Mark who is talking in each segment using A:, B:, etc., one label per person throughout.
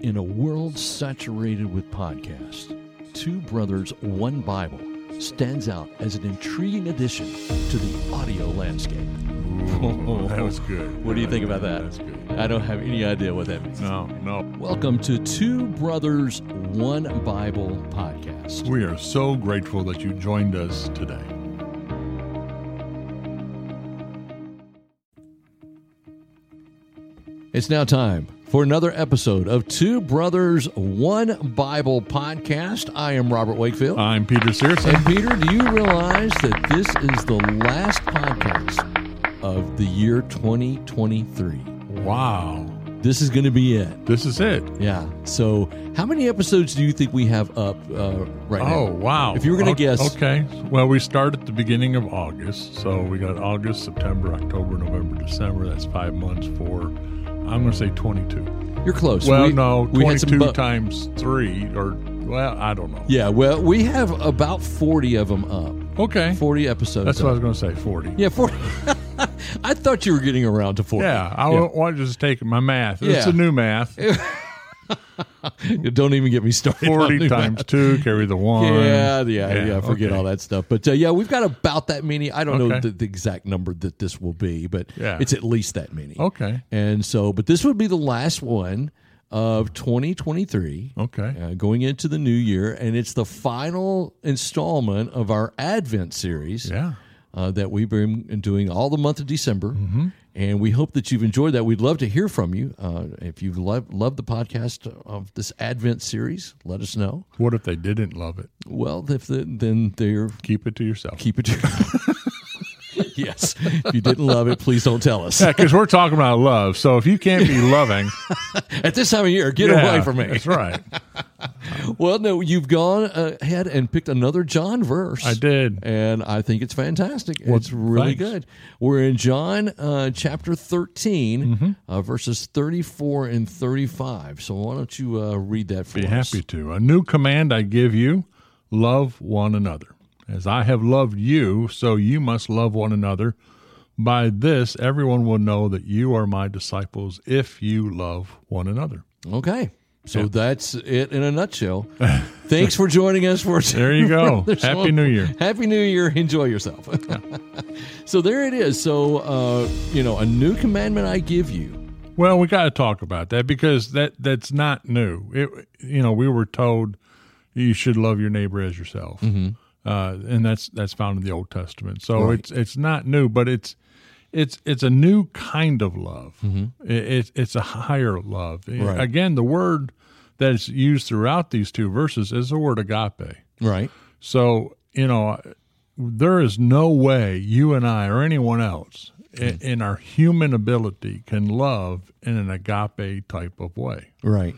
A: In a world saturated with podcasts, Two Brothers, One Bible stands out as an intriguing addition to the audio landscape.
B: Ooh, that was good.
A: What do you think about that?
B: That's good.
A: I don't have any idea what that means.
B: No, no.
A: Welcome to Two Brothers, One Bible podcast.
B: We are so grateful that you joined us today.
A: It's now time for another episode of Two Brothers, One Bible podcast. I am Robert Wakefield.
B: I'm Peter Searson.
A: And Peter, do you realize that this is the last podcast of the year 2023?
B: Wow.
A: This is going to be it.
B: This is it.
A: Yeah. So, how many episodes do you think we have up uh, right
B: Oh,
A: now?
B: wow.
A: If you were gonna
B: O-
A: guess-
B: Okay. Well, we start at the beginning of August. So we got August, September, October, November, December. That's five months for, I'm going to say 22.
A: you're close.
B: well,
A: We-
B: no,
A: we had some
B: 22
A: bu-
B: times three, or, well, I don't know.
A: Yeah. Well, we have about 40 of them up.
B: Okay.
A: 40 episodes.
B: That's
A: up.
B: what I was going to say 40.
A: Yeah, 40. I thought you were getting around to 40.
B: Yeah, I
A: Yeah.
B: wa- wanted to just take my math. It's
A: Yeah.
B: a new math.
A: Don't even get me started. on
B: 40
A: doing
B: times 2, carry the 1.
A: Yeah, yeah, yeah. forget
B: okay.
A: all that stuff. But uh, yeah, we've got about that many. I don't know
B: Okay.
A: the, the exact number that this will be, but
B: Yeah.
A: it's at least that many.
B: Okay,
A: And so, but this would be the last one of 2023.
B: okay.
A: Uh, going into the new year, and it's the final installment of our Advent series
B: Yeah.
A: uh, that we've been doing all the month of December.
B: Mm-hmm.
A: And we hope that you've enjoyed that. We'd love to hear from you. Uh, if you've loved, loved the podcast of this Advent series, let us know.
B: What if they didn't love it?
A: Well, if the, then they're
B: Keep it to yourself.
A: keep it. yes, if you didn't love it, please don't tell us.
B: yeah, because we're talking about love. So if you can't be loving,
A: At this time of year, get
B: yeah,
A: away from me.
B: That's right.
A: Well, no, you've gone ahead and picked another John verse.
B: I did.
A: And I think it's fantastic. it's really
B: thanks.
A: good. We're in John uh, chapter 13,
B: Mm-hmm.
A: uh, verses 34 and 35. So why don't you uh, read that for
B: Be
A: us?
B: happy to. A new command I give you love one another. As I have loved you, so you must love one another. By this, everyone will know that you are my disciples if you love one another.
A: Okay. So that's it in a nutshell. Thanks for joining us for
B: There you go. Happy New Year.
A: Happy New Year. Enjoy yourself. so there it is. So, uh, you know, a new commandment I give you.
B: Well, we got to talk about that because that that's not new. It, you know, we were told you should love your neighbor as yourself, uh, and that's that's found in the Old Testament. So it's it's not new, but it's it's it's a new kind of love. It, it's it's a higher love.
A: Right.
B: Again, the word that's used throughout these two verses is the word agape.
A: Right.
B: So, you know, there is no way you and I or anyone else in, in our human ability can love in an agape type of way.
A: Right.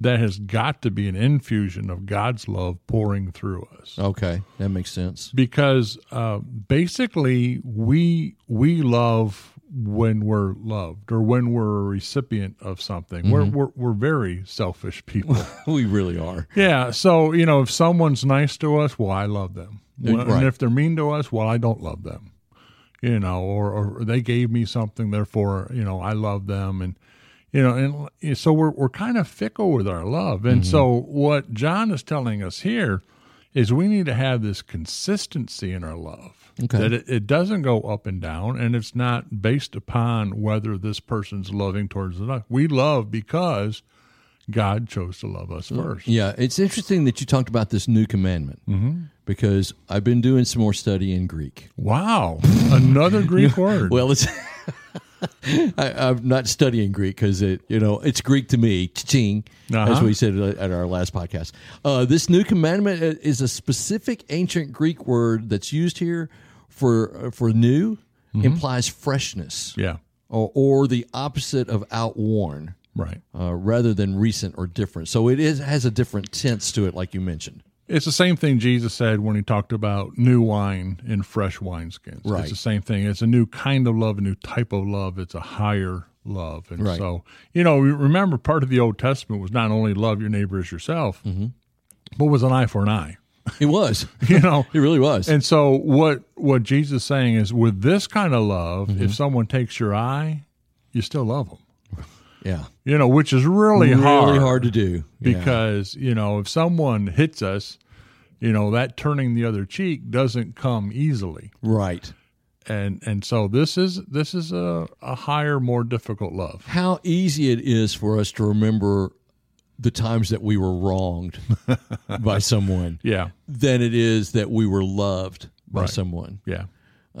B: That has got to be an infusion of God's love pouring through us.
A: Okay. That makes sense.
B: Because uh, basically, we we love when we're loved or when we're a recipient of something. We're, we're we're very selfish people.
A: We really are.
B: Yeah. So, you know, if someone's nice to us, well, I love them. Well,
A: right.
B: And if they're mean to us, well, I don't love them. You know, or, or they gave me something, therefore, you know, I love them. And, you know, and eh, so we're, we're kind of fickle with our love. And
A: Mm-hmm.
B: so what John is telling us here is we need to have this consistency in our love.
A: Okay.
B: That it, it doesn't go up and down and it's not based upon whether this person's loving towards us. We love because God chose to love us
A: Mm.
B: first.
A: Yeah, it's interesting that you talked about this new commandment
B: Mm-hmm.
A: because I've been doing some more study in Greek.
B: Wow, another Greek word.
A: Well, it's I, I'm not studying Greek because it, you know, it's Greek to me. Ching, as
B: Uh-huh.
A: we said at at our last podcast. Uh, this new commandment i- is a specific ancient Greek word that's used here for uh, for new
B: Mm-hmm.
A: implies freshness
B: yeah,
A: or, or the opposite of outworn.
B: right.
A: Uh, rather than recent or different, so it is has a different tense to it, like you mentioned.
B: It's the same thing Jesus said when he talked about new wine in fresh wineskins.
A: Right.
B: It's the same thing. It's a new kind of love, a new type of love. It's a higher love. And
A: Right.
B: so, you know, we remember part of the Old Testament was not only love your neighbor as yourself,
A: Mm-hmm.
B: but was an eye for an eye.
A: It was,
B: You know,
A: it really was.
B: and so what what Jesus is
A: Mm-hmm.
B: saying is with this kind of love, if someone takes your eye, you still love them.
A: Yeah.
B: you know, which is really,
A: Really hard to do. Yeah.
B: because you know if someone hits us you know that turning the other cheek doesn't come easily
A: Right.
B: and and so this is this is a, a higher more difficult love
A: How easy it is for us to remember the times that we were wronged by someone
B: yeah
A: than it is that we were loved by someone.
B: yeah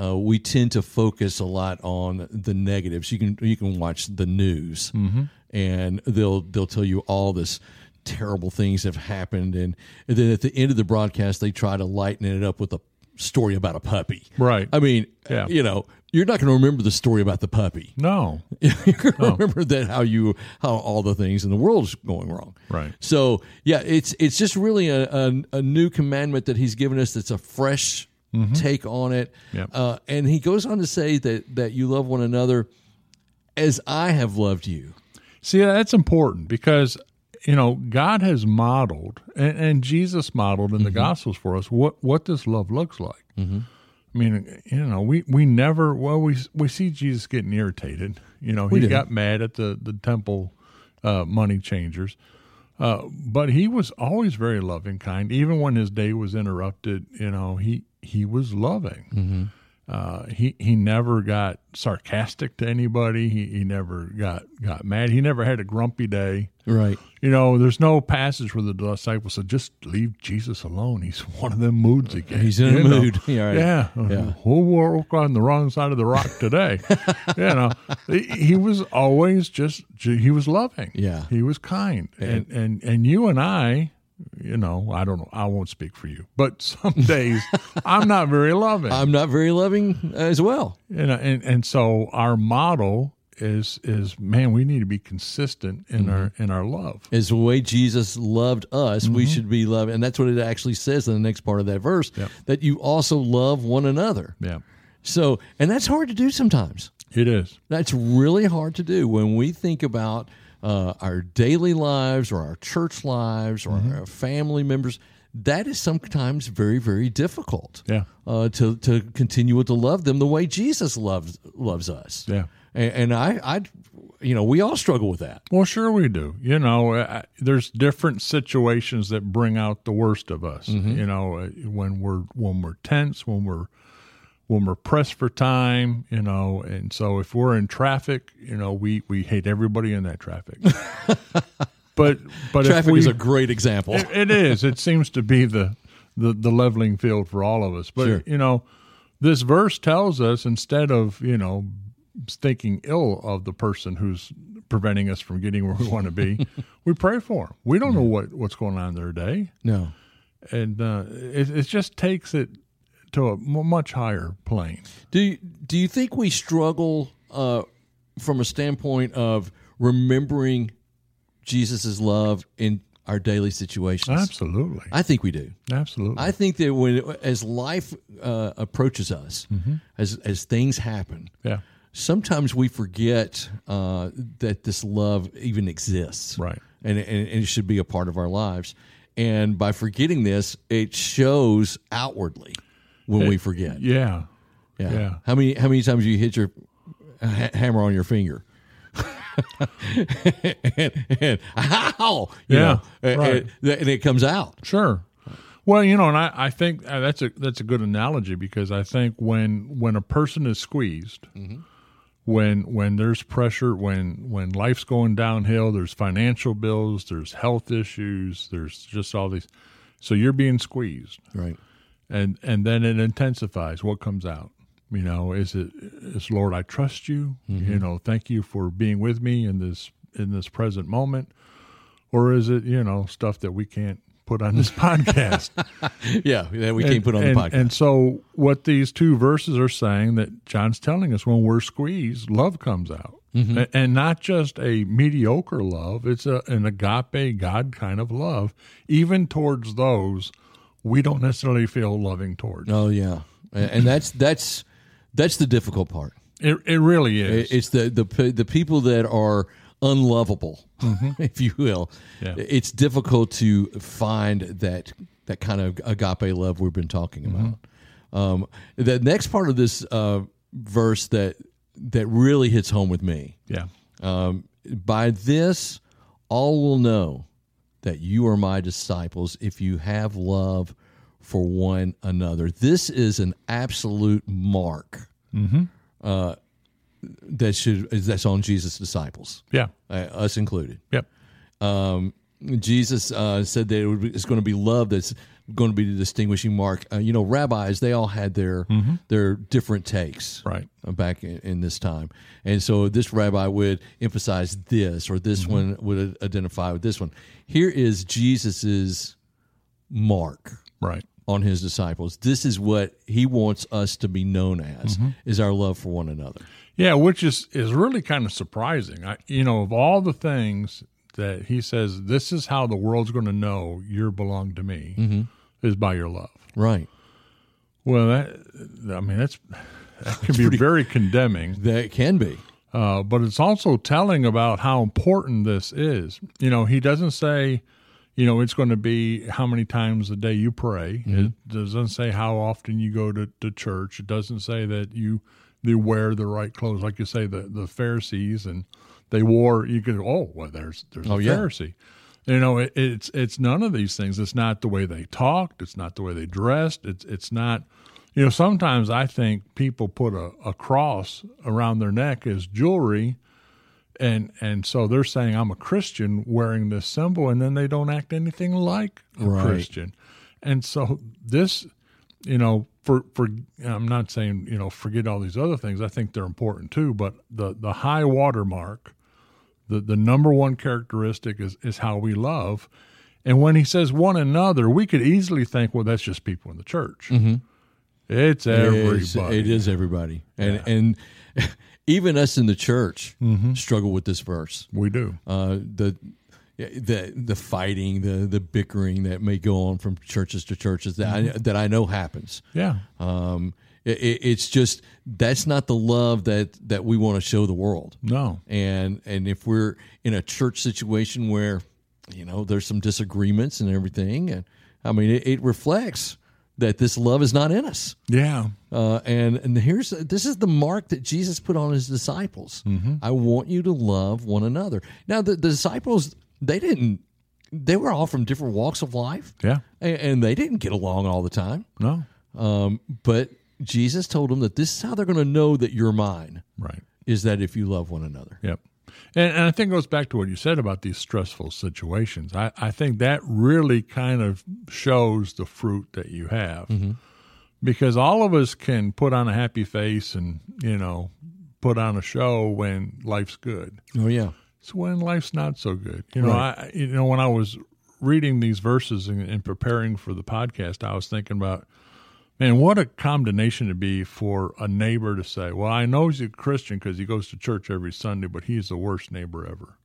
A: uh, we tend to focus a lot on the negatives. You can you can watch the news,
B: Mm-hmm.
A: and they'll they'll tell you all this terrible things have happened, and, and then at the end of the broadcast, they try to lighten it up with a story about a puppy.
B: right
A: I mean,
B: Yeah.
A: you know, you're not going to remember the story about the puppy.
B: no
A: you're going
B: Oh.
A: to remember that how you how all the things in the world is going wrong.
B: right
A: So yeah, it's it's just really a, a, a new commandment that he's given us. That's a fresh take on it.
B: Mm-hmm. Yep.
A: Uh, and he goes on to say that that you love one another as I have loved you.
B: see that's important because you know god has modeled and, and jesus modeled in the gospels for us what what this love looks like I mean, you know, we, we never well we we see Jesus getting irritated. You know, he
A: do.
B: got mad at the the temple uh, money changers, uh, but he was always very loving, kind. Even when his day was interrupted, you know, he he was loving. Uh, he he never got sarcastic to anybody. He he never got got mad. He never had a grumpy day.
A: Right.
B: You know, there's no passage where the disciples said, "Just leave Jesus alone." He's one of them moods again.
A: He's in a
B: you know?
A: mood. Yeah, right.
B: Yeah,
A: Yeah.
B: Who woke on the wrong side of the rock today? you know, he he was always just he was loving.
A: Yeah.
B: he was kind, and and and you and I, you know, I don't know. I won't speak for you, but some days I'm not very loving.
A: I'm not very loving as well.
B: You know, and and so our model is is man, we need to be consistent in our
A: Mm-hmm.
B: in our love.
A: As the way Jesus loved us, we
B: Mm-hmm.
A: should be loving, and that's what it actually says in the next part of that verse. That you also love one another.
B: Yeah,
A: So, and that's hard to do sometimes.
B: it is.
A: That's really hard to do when we think about uh, our daily lives or our church lives or
B: Mm-hmm.
A: our family members. That is sometimes very, very difficult
B: Yeah.
A: uh, to to continue to love them the way Jesus loves loves us.
B: Yeah.
A: and, and I, I, you know, we all struggle with that.
B: Well, sure we do. You know, I, there's different situations that bring out the worst of us.
A: Mm-hmm.
B: You know, uh, when we're when we're tense, when we're when we're pressed for time, you know, and so if we're in traffic, you know, we we hate everybody in that traffic. but but
A: Traffic
B: if we,
A: is a great example.
B: it is. It seems to be the, the the leveling field for all of us. But
A: Sure.
B: you know, this verse tells us instead of you know thinking ill of the person who's preventing us from getting where we want to be, we pray for them. We don't know what what's going on in their day,
A: no,
B: and uh, it, it just takes it to a mu- much higher plane.
A: Do you, do you think we struggle uh, from a standpoint of remembering Jesus' love in our daily situations?
B: Absolutely,
A: I think we do.
B: absolutely.
A: I think that when as life uh, approaches us,
B: Mm-hmm.
A: as as things happen,
B: yeah,
A: sometimes we forget uh, that this love even exists,
B: Right.
A: And, and and it should be a part of our lives. And by forgetting this, it shows outwardly when we forget.
B: yeah,
A: Yeah.
B: Yeah.
A: How many how many times you hit your ha- hammer on your finger? and, and ow, you
B: Yeah,
A: know, and-
B: right.
A: and, th- and it comes out.
B: Sure. Well, you know, and I, I think uh, that's a that's a good analogy because I think when when a person is squeezed, when when there's pressure, when when life's going downhill, there's financial bills, there's health issues, there's just all these. So you're being squeezed,
A: Right.
B: and and then it intensifies. What comes out, you know, is it is Lord, I trust you.
A: Mm-hmm.
B: You know, thank you for being with me in this in this present moment, or is it you know stuff that we can't put on this podcast?
A: Yeah. That we can't put on
B: and,
A: the podcast.
B: And so, what these two verses are saying that John's telling us when we're squeezed, love comes out,
A: Mm-hmm.
B: A- and, not just a mediocre love. It's a, an agape, God kind of love, even towards those we don't necessarily feel loving towards.
A: oh yeah. And and that's that's that's the difficult part.
B: It, it really is.
A: It- It's the the pe- the people that are unlovable, if you will.
B: Yeah.
A: It's difficult to find that that kind of agape love we've been talking about. Um, the next part of this uh, verse that that really hits home with me
B: yeah,
A: um, by this all will know that you are my disciples if you have love for one another. This is an absolute mark uh, that should that's on Jesus' disciples,
B: Yeah.
A: uh, us included.
B: Yep.
A: Um, Jesus uh, said that it would be, it's going to be love that's going to be the distinguishing mark. Uh, you know, rabbis they all had their their different takes,
B: Right.
A: uh, back in, in this time. And so this rabbi would emphasize this, or this one would identify with this one. Here is Jesus's mark
B: Right.
A: on his disciples. This is what he wants us to be known as: is our love for one another.
B: Yeah, which is is really kind of surprising. I, you know, of all the things that he says, this is how the world's going to know you belong to me
A: Mm-hmm.
B: is by your love.
A: Right.
B: Well, that I mean that's that can be very condemning,
A: That can be.
B: uh, but it's also telling about how important this is. You know, he doesn't say, you know, it's going to be how many times a day you pray.
A: Mm-hmm.
B: It doesn't say how often you go to, to church. It doesn't say that you they wear the right clothes, like you say the the Pharisees and they wore. You could oh well, there's there's
A: Oh,
B: a
A: yeah.
B: Pharisee. You know, it, it's it's none of these things. It's not the way they talked. It's not the way they dressed. It's it's not. You know, sometimes I think people put a, a cross around their neck as jewelry, and and so they're saying I'm a Christian wearing this symbol, and then they don't act anything like a
A: Right.
B: Christian. And so this, you know, for for I'm not saying you know forget all these other things. I think they're important too, but the the high water mark, the the number one characteristic is is how we love. And when he says one another, we could easily think, well, that's just people in the church. It's everybody.
A: It's- It Mm-hmm. is everybody, and and even us in the church struggle with this verse.
B: We do.
A: Uh, the the the fighting, the the bickering that may go on from churches to churches that I, that I know happens.
B: Yeah.
A: Um, it, it- it's just that's not the love that that we want to show the world.
B: No.
A: And and if we're in a church situation where you know there's some disagreements and everything, and I mean it, it reflects that this love is not in us.
B: Yeah.
A: Uh, and and here's this is the mark that Jesus put on his disciples. I want you to love one another. Now the, the disciples they didn't they were all from different walks of life.
B: Yeah.
A: And, and they didn't get along all the time.
B: No.
A: Um, but Jesus told them that this is how they're going to know that you're mine
B: Right.
A: is that if you love one another.
B: Yep. And, and I think it goes back to what you said about these stressful situations. I, I think that really kind of shows the fruit that you have
A: Mm-hmm.
B: because all of us can put on a happy face and, you know, put on a show when life's good.
A: Oh yeah,
B: It's when life's not so good. You know, I you know when I was reading these verses and, and preparing for the podcast, I was thinking about, man, what a condemnation to be for a neighbor to say, "Well, I know he's a Christian because he goes to church every Sunday, but he's the worst neighbor ever."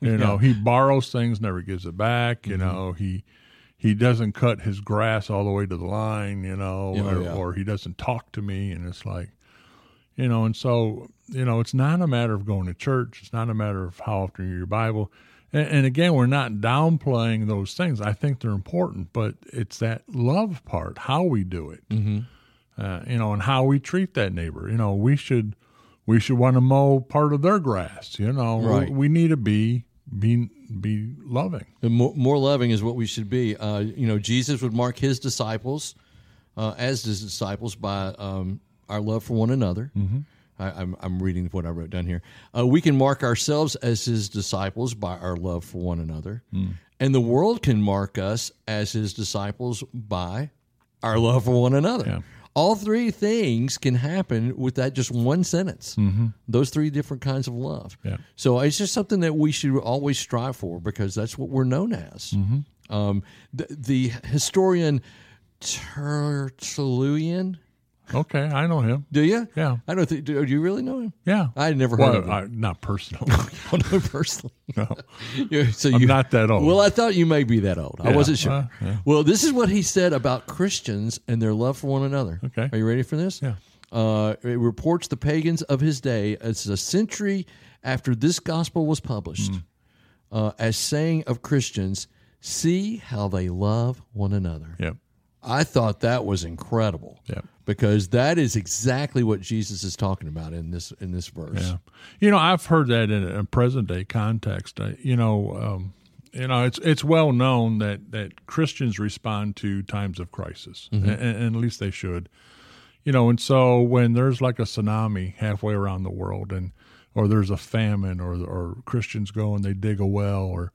B: you know, he borrows things, never gives it back. You
A: Mm-hmm.
B: know, he he doesn't cut his grass all the way to the line. You know,
A: Yeah,
B: or,
A: yeah.
B: or he doesn't talk to me, and it's like you know and so you know it's not a matter of going to church it's not a matter of how often you read your bible and, and again we're not downplaying those things i think they're important but it's that love part how we do it uh, you know and how we treat that neighbor you know we should we should want to mow part of their grass you know
A: Right.
B: we, we need to be be be loving
A: And more, more loving is what we should be. Uh, you know, Jesus would mark his disciples uh, as his disciples by um, our love for one another. I, I'm, I'm reading what I wrote down here. Uh, we can mark ourselves as his disciples by our love for one another, and the world can mark us as his disciples by our love for one another. All three things can happen with that just one sentence. Those three different kinds of love.
B: Mm-hmm. Yeah.
A: So uh, it's just something that we should always strive for because that's what we're known as.
B: Mm-hmm.
A: Um, the, the historian Tertullian,
B: okay i know him
A: do you?
B: Yeah.
A: I don't think. Do, do you really know him?
B: yeah
A: I had never heard of
B: well,
A: him.
B: I, not personal
A: I don't know personally.
B: no.
A: Yeah, so
B: i'm
A: you,
B: not that old
A: Well, I thought you may be that old. I
B: Yeah.
A: wasn't sure.
B: Uh, yeah.
A: Well, this is what he said about Christians and their love for one another.
B: Okay.
A: Are you ready for this?
B: Yeah.
A: Uh, it reports the pagans of his day as a century after this gospel was published,
B: Hmm.
A: uh, as saying of Christians, see how they love one another.
B: yep
A: I thought that was incredible.
B: Yeah.
A: Because that is exactly what Jesus is talking about in this in this verse.
B: Yeah. You know, I've heard that in a present day context. I, you know, um, you know, it's it's well known that that Christians respond to times of crisis, and, and at least they should. You know, and so when there's like a tsunami halfway around the world, and or there's a famine, or or Christians go and they dig a well, or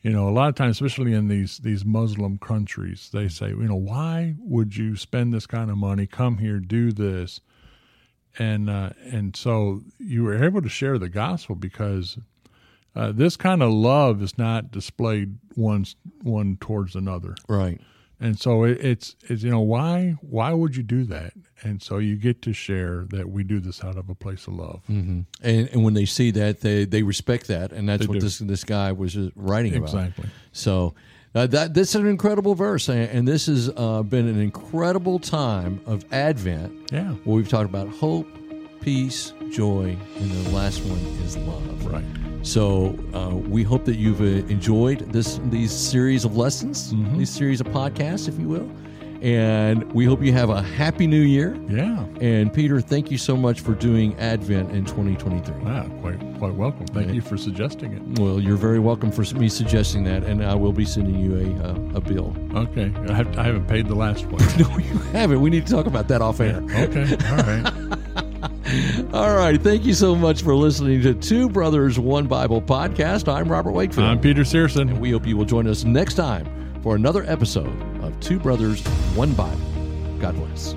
B: you know, a lot of times, especially in these these Muslim countries, they say, you know, why would you spend this kind of money? Come here, do this and uh, and so you were able to share the gospel because uh, this kind of love is not displayed one one towards another,
A: Right.
B: and so it, it's it's you know why why would you do that? And so you get to share that we do this out of a place of love,
A: And and when they see that, they they respect that, and that's what
B: do.
A: this this guy was uh, writing about.
B: Exactly.
A: So. Uh, that this is an incredible verse, and, and this has uh, been an incredible time of Advent.
B: Yeah.
A: where we've talked about hope, peace, joy, and the last one is love.
B: right?
A: So uh, we hope that you've uh, enjoyed this these series of lessons,
B: Mm-hmm.
A: these series of podcasts, if you will, and we hope you have a happy new year.
B: Yeah,
A: And Peter, thank you so much for doing Advent in 2023.
B: wow, Ah, quite quite welcome. Thank you for suggesting it.
A: Well, you're very welcome for me suggesting that, and I will be sending you a uh, a bill.
B: Okay, I, have, I haven't paid the last one.
A: No, you haven't. We need to talk about that off air.
B: okay, all right.
A: All right. Thank you so much for listening to Two Brothers One Bible podcast. I'm Robert Wakefield.
B: I'm Peter Searson.
A: We hope you will join us next time for another episode of Two Brothers, One Bible. God bless.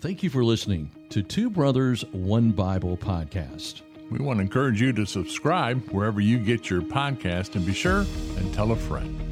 A: Thank you for listening to Two Brothers, One Bible podcast.
B: We want to encourage you to subscribe wherever you get your podcast and be sure and tell a friend.